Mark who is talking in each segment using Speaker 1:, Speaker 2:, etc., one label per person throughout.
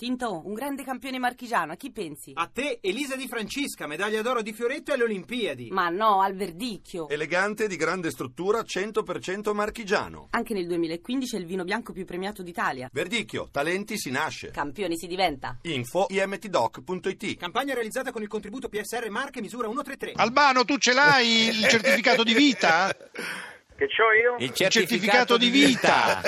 Speaker 1: Tinto, un grande campione marchigiano, a chi pensi?
Speaker 2: A te Elisa Di Francesca, medaglia d'oro di Fioretto alle Olimpiadi.
Speaker 1: Ma no, al verdicchio.
Speaker 3: Eh. Elegante, di grande struttura, 100% marchigiano.
Speaker 1: Anche nel 2015 è il vino bianco più premiato d'Italia.
Speaker 3: Verdicchio, talenti si nasce.
Speaker 1: Campioni si diventa.
Speaker 3: Info imtdoc.it
Speaker 2: Campagna realizzata con il contributo PSR Marche misura 133.
Speaker 4: Albano, tu ce l'hai il certificato di vita?
Speaker 5: Che c'ho io?
Speaker 6: Il
Speaker 4: Il
Speaker 6: certificato di vita.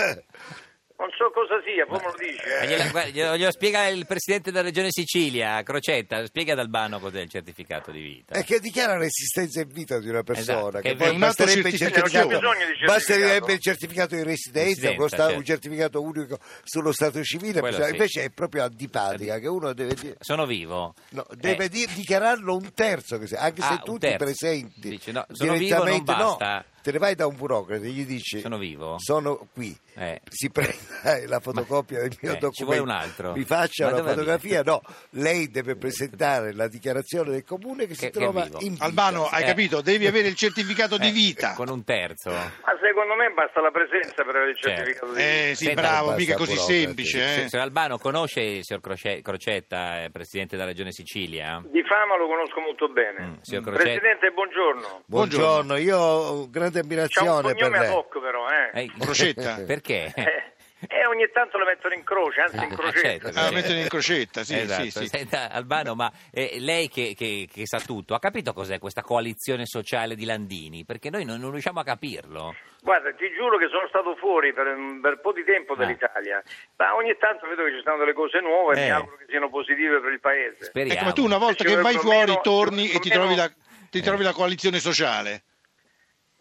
Speaker 5: Non so cosa sia, poi me lo dice.
Speaker 6: Eh,
Speaker 5: eh.
Speaker 6: glielo- guarda, Glielo glielo spiega il presidente della regione Sicilia, Crocetta. Spiega ad Albano cos'è il certificato di vita.
Speaker 7: È che dichiara l'esistenza in vita di una persona.
Speaker 6: Esatto, che
Speaker 7: che
Speaker 6: è
Speaker 7: poi
Speaker 6: un
Speaker 4: altro
Speaker 7: basterebbe il
Speaker 4: certificato.
Speaker 7: certificato.
Speaker 5: Non c'è bisogno di
Speaker 7: Basterebbe
Speaker 5: certificato.
Speaker 7: il certificato di residenza,
Speaker 6: Residenza,
Speaker 7: uno sta-
Speaker 6: certo.
Speaker 7: un certificato unico sullo stato civile.
Speaker 6: Quello
Speaker 7: bisogna-
Speaker 6: sì.
Speaker 7: Invece è proprio antipatica che uno deve dire.
Speaker 6: Sono vivo.
Speaker 7: no,
Speaker 6: Eh,
Speaker 7: deve dire- dichiararlo un terzo, che se- anche
Speaker 6: Ah,
Speaker 7: se
Speaker 6: un
Speaker 7: tutti
Speaker 6: terzo.
Speaker 7: presenti
Speaker 6: Dice, no, sono vivo,
Speaker 7: direttamente
Speaker 6: non
Speaker 7: no.
Speaker 6: basta.
Speaker 7: Te ne vai da un burocrate, gli dici
Speaker 6: Sono vivo?
Speaker 7: Sono qui.
Speaker 6: Eh.
Speaker 7: Si prende la fotocopia del mio
Speaker 6: eh, ci
Speaker 7: documento.
Speaker 6: vuole un altro.
Speaker 7: Mi faccia
Speaker 6: Ma
Speaker 7: una
Speaker 6: dov'è?
Speaker 7: fotografia. No, lei deve presentare la dichiarazione del comune che,
Speaker 6: Che-
Speaker 7: si
Speaker 6: che
Speaker 7: trova
Speaker 6: vivo.
Speaker 7: in vita.
Speaker 4: Albano, hai
Speaker 6: Eh.
Speaker 4: capito? Devi avere il certificato di
Speaker 6: eh,
Speaker 4: vita. Eh.
Speaker 6: Con un terzo.
Speaker 5: Ma secondo me basta la presenza per avere il
Speaker 6: Certo.
Speaker 5: certificato di vita.
Speaker 4: Eh sì,
Speaker 6: Senta,
Speaker 4: bravo,
Speaker 7: basta
Speaker 4: mica così
Speaker 7: burocrati.
Speaker 4: semplice. eh.
Speaker 6: Signor Albano, conosce il signor Croce- Crocetta, eh, presidente della regione Sicilia?
Speaker 5: Di fama lo conosco molto bene.
Speaker 6: Mm, signor Crocetta.
Speaker 5: Presidente, buongiorno.
Speaker 7: Buongiorno, io ho grande
Speaker 5: C'ha un
Speaker 7: ammirazione per
Speaker 5: cognome ad
Speaker 7: lei.
Speaker 5: hoc però, eh.
Speaker 6: Eh,
Speaker 4: Crocetta.
Speaker 6: Perché?
Speaker 5: Eh, eh, ogni tanto lo mettono in croce, anzi in
Speaker 6: Ah,
Speaker 5: crocetta.
Speaker 6: certo,
Speaker 4: Ah,
Speaker 6: sì.
Speaker 4: mettono in crocetta, sì,
Speaker 6: Esatto.
Speaker 4: sì, Ecco, sì.
Speaker 6: Senta, Albano, ma eh, lei che, che- che sa tutto, ha capito cos'è questa coalizione sociale di Landini? Perché noi non, non riusciamo a capirlo.
Speaker 5: Guarda, ti giuro che sono stato fuori per un bel po' di tempo
Speaker 6: Ah.
Speaker 5: dall'Italia, ma ogni tanto vedo che ci stanno delle cose nuove e
Speaker 6: Eh.
Speaker 5: mi auguro che siano positive per il paese.
Speaker 6: Speriamo.
Speaker 4: Ecco, ma tu una volta
Speaker 5: Ci
Speaker 4: che
Speaker 5: vuole
Speaker 4: vai
Speaker 5: almeno-
Speaker 4: fuori torni
Speaker 5: ci
Speaker 4: e ti
Speaker 5: vuole
Speaker 4: trovi la,
Speaker 5: almeno-
Speaker 6: Eh.
Speaker 4: ti trovi la coalizione sociale.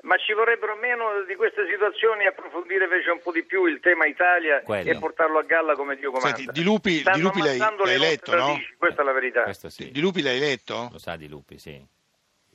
Speaker 5: Ma ci vorrebbero meno di queste situazioni e approfondire invece un po' di più il tema Italia
Speaker 6: Quello.
Speaker 5: e portarlo a galla come Dio comanda.
Speaker 4: Senti, Di Lupi-
Speaker 5: Stanno
Speaker 4: Di Lupi l'hai-
Speaker 5: ammazzando
Speaker 4: l'hai
Speaker 5: le nostre
Speaker 4: letto, no?
Speaker 5: radici, Questa è la verità.
Speaker 6: Questo sì,
Speaker 4: Di Lupi l'hai letto?
Speaker 6: lo sa di Lupi, sì.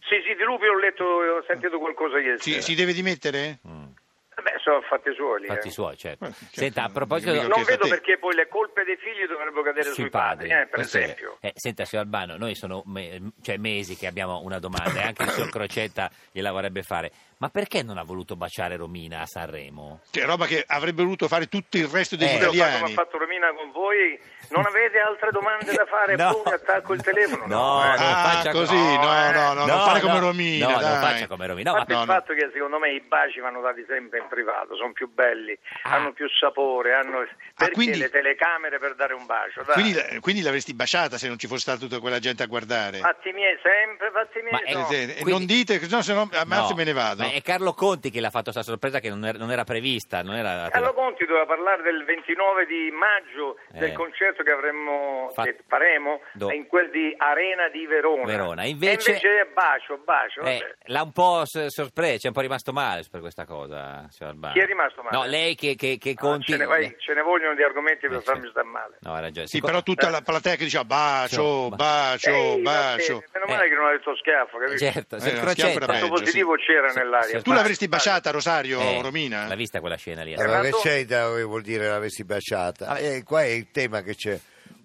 Speaker 5: Sì, sì, Di Lupi ho letto, ho
Speaker 6: Ah.
Speaker 5: sentito qualcosa ieri
Speaker 4: Si,
Speaker 5: sera.
Speaker 6: Eh.
Speaker 4: si deve dimettere?
Speaker 5: Beh, sono fatti suoi lì.
Speaker 6: Mm. Fatti
Speaker 5: eh.
Speaker 6: suoi, certo.
Speaker 4: Eh, certo,
Speaker 6: Senta, a
Speaker 4: non
Speaker 6: proposito...
Speaker 4: dico L'ho
Speaker 5: Non
Speaker 4: chiesto
Speaker 5: vedo
Speaker 4: a te.
Speaker 5: perché poi le colpe dei figli dovrebbero cadere sui, padri, eh, per
Speaker 6: questo è vero.
Speaker 5: esempio.
Speaker 6: Eh, senta, signor Albano, noi sono me- cioè, mesi che abbiamo una domanda e anche il signor Crocetta gliela vorrebbe fare. Ma perché non ha voluto baciare Romina a Sanremo?
Speaker 4: Cioè, roba che avrebbe voluto fare tutto il resto degli
Speaker 6: Eh.
Speaker 5: Io ho fatto come ha
Speaker 4: italiani.
Speaker 5: fatto Romina con voi. Non avete altre domande da fare?
Speaker 6: No.
Speaker 5: Poi attacco il telefono.
Speaker 6: No,
Speaker 5: eh.
Speaker 6: no,
Speaker 4: Ah,
Speaker 6: faccia
Speaker 4: così,
Speaker 6: co-
Speaker 4: no, no, no, non fare come Romina,
Speaker 6: No, non
Speaker 4: dai.
Speaker 6: faccia come Romina. No,
Speaker 5: A parte
Speaker 6: ma-
Speaker 4: no,
Speaker 5: il
Speaker 4: no.
Speaker 5: fatto che secondo me i baci vanno dati sempre in privato, sono più belli,
Speaker 6: Ah.
Speaker 5: hanno più sapore, hanno
Speaker 4: Ah,
Speaker 5: perché
Speaker 4: quindi-
Speaker 5: le telecamere per dare un bacio. Dai.
Speaker 4: Quindi, la- quindi l'avresti baciata se non ci fosse stata tutta quella gente a guardare.
Speaker 5: Fatti miei sempre, fatti miei.
Speaker 6: Ma è-
Speaker 5: no.
Speaker 4: Eh, eh,
Speaker 6: quindi-
Speaker 4: Non dite, che- no, se no, ammazzo
Speaker 6: no.
Speaker 4: me ne vado.
Speaker 6: Ma è Carlo Conti che l'ha fatto questa sorpresa che non era, non era prevista. Non era...
Speaker 5: Carlo Conti doveva parlare del 29 di maggio
Speaker 6: Eh.
Speaker 5: del concerto che avremmo
Speaker 6: Fa-
Speaker 5: che faremo
Speaker 6: Do-
Speaker 5: in quel di Arena di Verona.
Speaker 6: Verona.
Speaker 5: E
Speaker 6: Invece-
Speaker 5: invece è bacio, bacio.
Speaker 6: Eh,
Speaker 5: vabbè.
Speaker 6: l'ha un po' s- sorpreso, ci è un po' rimasto male per questa cosa, signor Albano.
Speaker 5: Chi è rimasto male?
Speaker 6: No, lei che, che, che
Speaker 5: Ah,
Speaker 6: Conti...
Speaker 5: ce, ne vai- ce ne vogliono di argomenti per
Speaker 6: Eh, sì.
Speaker 5: farmi star male.
Speaker 6: No, ha ragione.
Speaker 4: Sì,
Speaker 6: Siccome-
Speaker 4: però tutta la platea che diceva bacio,
Speaker 6: Sì,
Speaker 4: bacio,
Speaker 5: Ehi, Eh, va
Speaker 4: bacio.
Speaker 5: bene, Meno male
Speaker 6: Eh.
Speaker 5: che non ha detto schiaffo, capito?
Speaker 6: Certo, signor
Speaker 4: Eh, no, schiaffo era
Speaker 6: Crocetta...
Speaker 5: Tanto
Speaker 4: peggio,
Speaker 5: positivo c'era nell'aria.
Speaker 6: sì.
Speaker 4: Tu l'avresti
Speaker 5: Vai, vai.
Speaker 4: baciata, Rosario,
Speaker 6: Eh,
Speaker 4: Romina?
Speaker 6: L'ha vista quella scena lì?
Speaker 7: Allora, che
Speaker 5: Renato?
Speaker 7: c'è da- eh, vuol dire l'avessi
Speaker 6: Ah,
Speaker 7: baciata? E qua è il tema che c'è.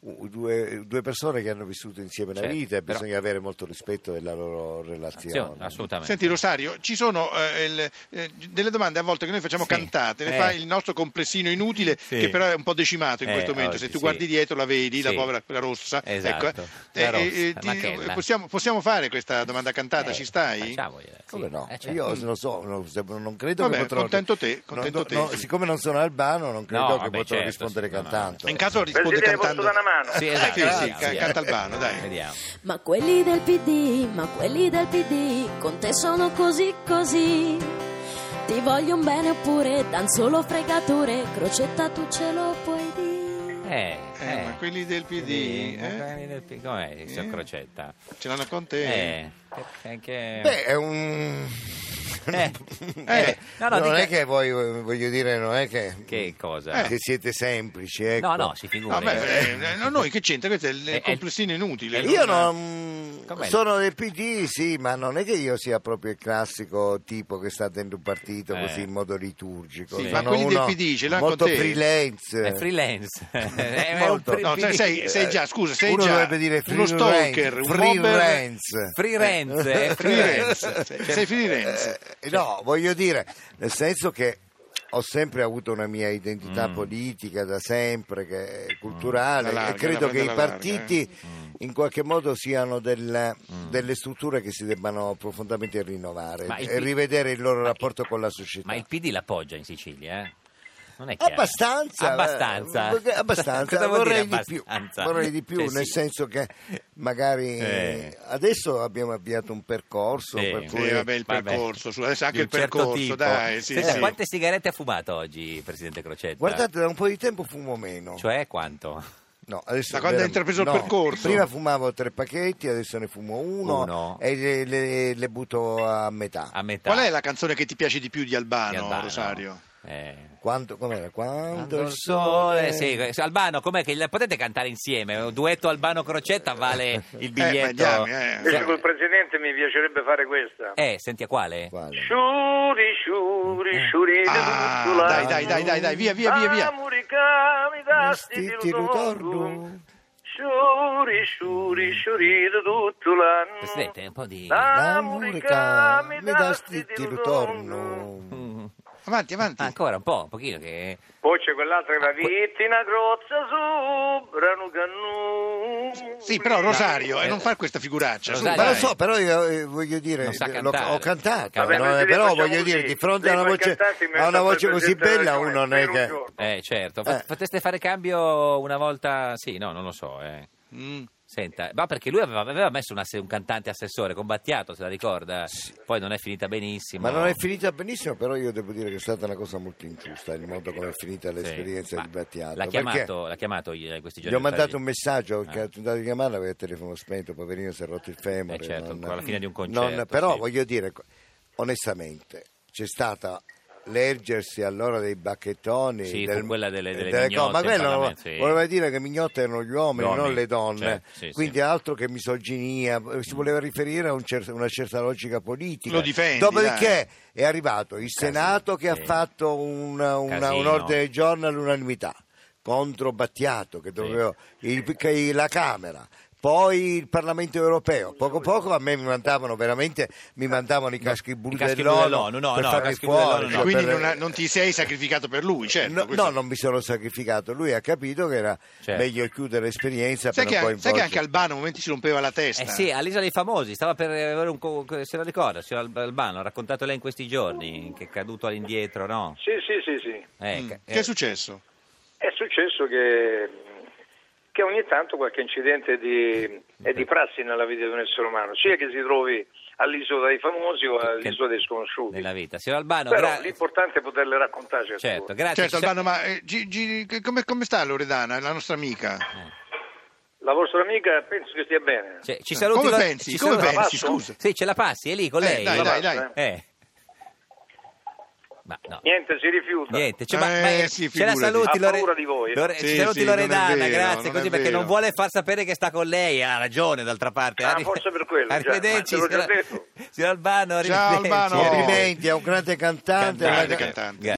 Speaker 7: u- Due, due persone che hanno vissuto insieme la
Speaker 6: Certo,
Speaker 7: vita e
Speaker 6: però-
Speaker 7: bisogna avere molto rispetto della loro relazione.
Speaker 6: Azione, assolutamente.
Speaker 4: Senti Rosario, ci sono eh, il- eh, delle domande a volte che noi facciamo
Speaker 6: Sì.
Speaker 4: cantate, le
Speaker 6: Eh.
Speaker 4: fa il nostro complessino inutile
Speaker 6: Sì.
Speaker 4: che però è un po' decimato in
Speaker 6: Eh,
Speaker 4: questo momento,
Speaker 6: oggi
Speaker 4: se tu
Speaker 6: sì.
Speaker 4: guardi dietro la vedi, la
Speaker 6: Sì.
Speaker 4: povera quella rossa.
Speaker 6: Esatto,
Speaker 4: Ecco, eh.
Speaker 6: la
Speaker 4: Eh, eh,
Speaker 6: rossa,
Speaker 4: ti-
Speaker 6: Machella.
Speaker 4: possiamo, possiamo fare questa domanda cantata,
Speaker 6: Eh,
Speaker 4: ci stai?
Speaker 6: facciamogliela, sì.
Speaker 7: Come no?
Speaker 6: Eh, certo.
Speaker 7: Io non so, non, se- non credo
Speaker 4: Vabbè,
Speaker 7: che potrò.
Speaker 4: contento te, contento
Speaker 7: non-
Speaker 4: te,
Speaker 7: no,
Speaker 4: sì.
Speaker 7: siccome non sono albano, non credo
Speaker 6: No,
Speaker 7: che
Speaker 6: vabbè,
Speaker 7: potrò
Speaker 6: certo,
Speaker 7: rispondere
Speaker 6: sì, no, no.
Speaker 7: cantando.
Speaker 4: In caso risponde
Speaker 5: Presidente,
Speaker 4: cantando.
Speaker 5: posso dare una mano?
Speaker 6: Sì, esatto.
Speaker 4: Sì, sì,
Speaker 6: esatto,
Speaker 4: ca- canta Albano, dai.
Speaker 6: Vediamo.
Speaker 8: Ma quelli del PD, ma quelli del PD, con te sono così così. Ti voglio un bene oppure dan solo fregature, crocetta tu ce lo puoi dire.
Speaker 6: Eh,
Speaker 4: Eh, ma quelli del PD, eh?
Speaker 6: PD, com'è il signor
Speaker 4: Eh.
Speaker 6: Crocetta?
Speaker 4: Ce l'hanno con te?
Speaker 6: Eh, perché...
Speaker 7: Beh, è un.
Speaker 6: Eh, eh,
Speaker 7: Eh,
Speaker 6: no, no,
Speaker 7: non
Speaker 6: dica-
Speaker 7: è che voi, eh, voglio dire, non è che,
Speaker 6: Che cosa?
Speaker 7: che siete semplici. Ecco.
Speaker 6: No, no, si figura.
Speaker 4: No, beh, eh, no, noi che c'entra? Questo è il
Speaker 6: Eh,
Speaker 4: complessino inutile.
Speaker 7: Io non-
Speaker 6: Com'è?
Speaker 7: Mm, sono del PD, sì, ma non è che io sia proprio il classico tipo che sta dentro un partito
Speaker 6: Eh.
Speaker 7: così in modo liturgico.
Speaker 4: Sì,
Speaker 7: Sono
Speaker 4: ma quelli del
Speaker 7: uno
Speaker 4: PD ce l'ha con
Speaker 7: molto
Speaker 4: te? Eh,
Speaker 7: freelance.
Speaker 6: È freelance. È un
Speaker 7: Molto.
Speaker 6: free-
Speaker 4: No,
Speaker 6: PD.
Speaker 4: sei, sei- sei già, scusa, sei
Speaker 7: uno
Speaker 4: già
Speaker 7: dovrebbe dire free
Speaker 4: uno stalker,
Speaker 7: rance,
Speaker 4: un
Speaker 7: free
Speaker 4: mobber.
Speaker 7: rance.
Speaker 6: Free Renz, è Cioè, free
Speaker 4: Free
Speaker 6: Renz.
Speaker 4: rance, sei- sei free rance.
Speaker 7: Eh, no, voglio dire, nel senso che ho sempre avuto una mia
Speaker 6: Mm.
Speaker 7: identità politica da sempre, che è culturale,
Speaker 4: La larga,
Speaker 7: e credo
Speaker 4: la
Speaker 7: che i
Speaker 4: prende alla
Speaker 7: partiti
Speaker 6: eh. Mm.
Speaker 7: in qualche modo siano del- delle strutture che si debbano profondamente rinnovare
Speaker 6: Ma il
Speaker 7: e
Speaker 6: P-
Speaker 7: rivedere il loro
Speaker 6: ma-
Speaker 7: rapporto con la società.
Speaker 6: Ma il PD l'appoggia in Sicilia, eh? Non è chiaro.
Speaker 7: Abbastanza,
Speaker 6: Abbastanza.
Speaker 7: eh, abbastanza.
Speaker 6: Cosa vuol dire
Speaker 7: vorrei, di più,
Speaker 6: abbastanza?
Speaker 7: vorrei di più,
Speaker 6: Cioè,
Speaker 7: nel
Speaker 6: sì.
Speaker 7: senso che magari
Speaker 6: Eh.
Speaker 7: adesso abbiamo avviato un percorso
Speaker 6: Sì.
Speaker 7: per
Speaker 6: Sì,
Speaker 7: cui
Speaker 4: Eh, vabbè, il
Speaker 6: Vabbè.
Speaker 4: percorso, su- adesso anche
Speaker 6: Di
Speaker 4: il
Speaker 6: un certo
Speaker 4: percorso,
Speaker 6: tipo.
Speaker 4: dai. Sì,
Speaker 6: Senta,
Speaker 4: sì.
Speaker 6: Quante sigarette ha fumato oggi, Presidente Crocetta?
Speaker 7: Guardate, da un po' di tempo fumo meno.
Speaker 6: Cioè quanto?
Speaker 7: No, adesso
Speaker 4: Da quando hai intrapreso il percorso?
Speaker 7: Prima fumavo tre pacchetti, adesso ne fumo uno,
Speaker 6: Uno.
Speaker 7: e le, le- le butto a metà.
Speaker 6: A metà.
Speaker 4: Qual è la canzone che ti piace di più di Albano,
Speaker 6: Di Albano.
Speaker 4: Ah, Rosario?
Speaker 6: Eh.
Speaker 7: Quando, com'era? Quando
Speaker 6: Quando il sole- sì, sì, Albano, com'è che la potete cantare insieme? Un duetto Albano Crocetta vale il biglietto.
Speaker 4: Eh, ma andiamo, eh.
Speaker 5: Invece col presidente mi piacerebbe fare questa.
Speaker 6: Eh, senti a quale?
Speaker 7: Quale?
Speaker 5: Sciuri,
Speaker 7: Eh.
Speaker 5: sciuri, sciuri,
Speaker 4: Ah,
Speaker 5: dudula.
Speaker 4: dai, dai, dai, dai, dai, via, via, via, via.
Speaker 5: Amori, cami, dasti,
Speaker 7: Vestiti
Speaker 5: ti
Speaker 7: ritorno.
Speaker 5: Sciuri, sciuri, sciuri, dudula.
Speaker 6: Presidente, un po' di...
Speaker 5: Amori,
Speaker 7: L'amore
Speaker 5: cami,
Speaker 7: mi dasti
Speaker 5: dasti,
Speaker 7: ti
Speaker 5: ritorno.
Speaker 7: ritorno.
Speaker 4: Avanti, avanti.
Speaker 6: Ancora un po', un pochino che...
Speaker 5: Poi c'è quell'altra
Speaker 7: Ah,
Speaker 5: che la vittina grozza su, brano cannu.
Speaker 4: Sì, però Rosario, eh, non fare questa figuraccia. su,
Speaker 6: Rosario,
Speaker 7: Ma lo
Speaker 4: dai.
Speaker 7: so, però io eh, voglio dire,
Speaker 6: Non sa
Speaker 7: l'ho-
Speaker 6: cantare.
Speaker 7: ho cantato,
Speaker 6: Vabbè,
Speaker 7: no?
Speaker 5: noi le
Speaker 7: però
Speaker 5: facciamo
Speaker 7: voglio dire,
Speaker 5: così.
Speaker 7: di fronte
Speaker 5: Lei
Speaker 7: a una
Speaker 5: può
Speaker 7: voce,
Speaker 5: cantarsi in mezzo
Speaker 7: a una
Speaker 5: al
Speaker 7: voce così
Speaker 5: Presidente della
Speaker 7: bella,
Speaker 5: Regione,
Speaker 7: uno non è
Speaker 5: per un
Speaker 7: che...
Speaker 5: giorno.
Speaker 6: Eh, certo. Fa-
Speaker 7: Eh.
Speaker 6: Potreste fare cambio una volta... Sì, no, non lo so, eh.
Speaker 4: Mm.
Speaker 6: Senta, ma perché lui aveva, aveva messo un, asse- un cantante assessore, combattiato, se la ricorda? Poi non è finita benissimo.
Speaker 7: Ma non è finita benissimo, però io devo dire che è stata una cosa molto ingiusta il modo come è finita
Speaker 6: Sì.
Speaker 7: l'esperienza
Speaker 6: Ma
Speaker 7: di Battiato.
Speaker 6: L'ha
Speaker 7: perché
Speaker 6: chiamato, l'ha chiamato in questi
Speaker 7: Gli
Speaker 6: giorni.
Speaker 7: ho mandato un
Speaker 6: messaggio
Speaker 7: messaggio, ho
Speaker 6: Ah.
Speaker 7: tentato di chiamarlo, aveva il telefono spento, poverino si è rotto il femore.
Speaker 6: Eh, certo,
Speaker 7: non-
Speaker 6: alla fine di un concerto,
Speaker 7: non- però
Speaker 6: sì.
Speaker 7: voglio dire, onestamente, c'è stata l'ergersi allora dei bacchettoni
Speaker 6: Sì, fu quella delle- delle
Speaker 7: co- ma
Speaker 6: mignotte in
Speaker 7: quello
Speaker 6: Parlamento, sì.
Speaker 7: voleva dire che mignotte erano gli uomini
Speaker 6: Gli
Speaker 7: non
Speaker 6: uomini,
Speaker 7: le donne
Speaker 6: certo, sì,
Speaker 7: quindi
Speaker 6: sì.
Speaker 7: altro che misoginia eh, si voleva riferire a un cer- una certa logica politica
Speaker 4: Lo difendi,
Speaker 7: dopodiché è arrivato il Senato che
Speaker 6: sì.
Speaker 7: ha fatto un- una- un
Speaker 6: Casino.
Speaker 7: ordine del giorno all'unanimità contro Battiato che doveva il- che il- la Camera poi il Parlamento europeo poco poco a me mi mandavano veramente mi mandavano i caschi blu
Speaker 6: i caschi blu dell'ONU,
Speaker 7: dell'ONU
Speaker 6: no,
Speaker 7: per
Speaker 6: no,
Speaker 7: farmi
Speaker 6: caschi blu dell'ONU
Speaker 7: fuori
Speaker 6: no.
Speaker 7: cioè,
Speaker 4: Quindi
Speaker 7: per-
Speaker 4: non, ha- non ti sei sacrificato per lui, certo.
Speaker 7: No,
Speaker 4: questo-
Speaker 7: no, non mi sono sacrificato. Lui ha capito che era
Speaker 6: Certo.
Speaker 7: meglio chiudere l'esperienza
Speaker 4: sai,
Speaker 7: per
Speaker 4: che,
Speaker 7: un po' in
Speaker 4: sai che
Speaker 7: poi-
Speaker 4: anche Albano a momenti si rompeva la testa.
Speaker 6: Eh sì, all'Isola dei Famosi, stava per avere un... co- se la ricorda, signor Al- Albano, ha raccontato lei in questi giorni, che è caduto all'indietro, no?
Speaker 5: Sì, sì, sì, sì.
Speaker 6: Eh,
Speaker 4: Mm.
Speaker 6: ca-
Speaker 4: Che
Speaker 6: eh,
Speaker 4: è successo?
Speaker 5: È successo che, che ogni tanto qualche incidente di, è di prassi nella vita di un essere umano, sia che si trovi all'isola dei famosi o all'isola dei sconosciuti.
Speaker 6: Nella vita. Signor Albano,
Speaker 5: Però
Speaker 6: gra-
Speaker 5: l'importante è poterle raccontare. certe
Speaker 6: certo,
Speaker 5: cose.
Speaker 6: grazie.
Speaker 4: Certo,
Speaker 6: Ci sa-
Speaker 4: Albano, ma eh, Gi- Gi- che- come, come sta Loredana, la nostra amica?
Speaker 6: Eh,
Speaker 5: La vostra amica penso che stia bene.
Speaker 6: cioè, ci saluti
Speaker 4: Come
Speaker 6: lo-
Speaker 4: pensi?
Speaker 6: ci
Speaker 4: Come
Speaker 6: saluti-
Speaker 4: pensi,
Speaker 6: La passo?
Speaker 4: scusa?
Speaker 6: Sì, ce la passi, è lì con
Speaker 4: Eh,
Speaker 6: lei.
Speaker 4: dai,
Speaker 5: La
Speaker 4: dai,
Speaker 5: passo,
Speaker 4: dai.
Speaker 6: Eh. Ma no.
Speaker 5: Niente, si rifiuta.
Speaker 6: Niente, cioè, ma,
Speaker 4: Eh,
Speaker 6: ma, eh,
Speaker 4: sì,
Speaker 6: ce la
Speaker 4: figurati.
Speaker 6: saluti,
Speaker 5: Ha
Speaker 6: Lore-
Speaker 5: paura di voi.
Speaker 6: Lore-
Speaker 4: Sì,
Speaker 6: ci saluti
Speaker 4: sì, non è
Speaker 6: Loredana,
Speaker 4: vero,
Speaker 6: grazie,
Speaker 4: non
Speaker 6: così
Speaker 4: è
Speaker 6: perché
Speaker 4: vero.
Speaker 6: non vuole far sapere che sta con lei, ha ragione d'altra parte.
Speaker 5: Ah,
Speaker 6: Arri-
Speaker 5: forse per quello, già,
Speaker 6: Arrivederci,
Speaker 5: ma te l'ho già
Speaker 6: signor-
Speaker 5: detto.
Speaker 6: signor Albano,
Speaker 4: Ciao,
Speaker 6: arrivederci.
Speaker 4: Albano.
Speaker 7: Complimenti, è un grande cantante.
Speaker 4: Grande
Speaker 7: una-
Speaker 4: cantante.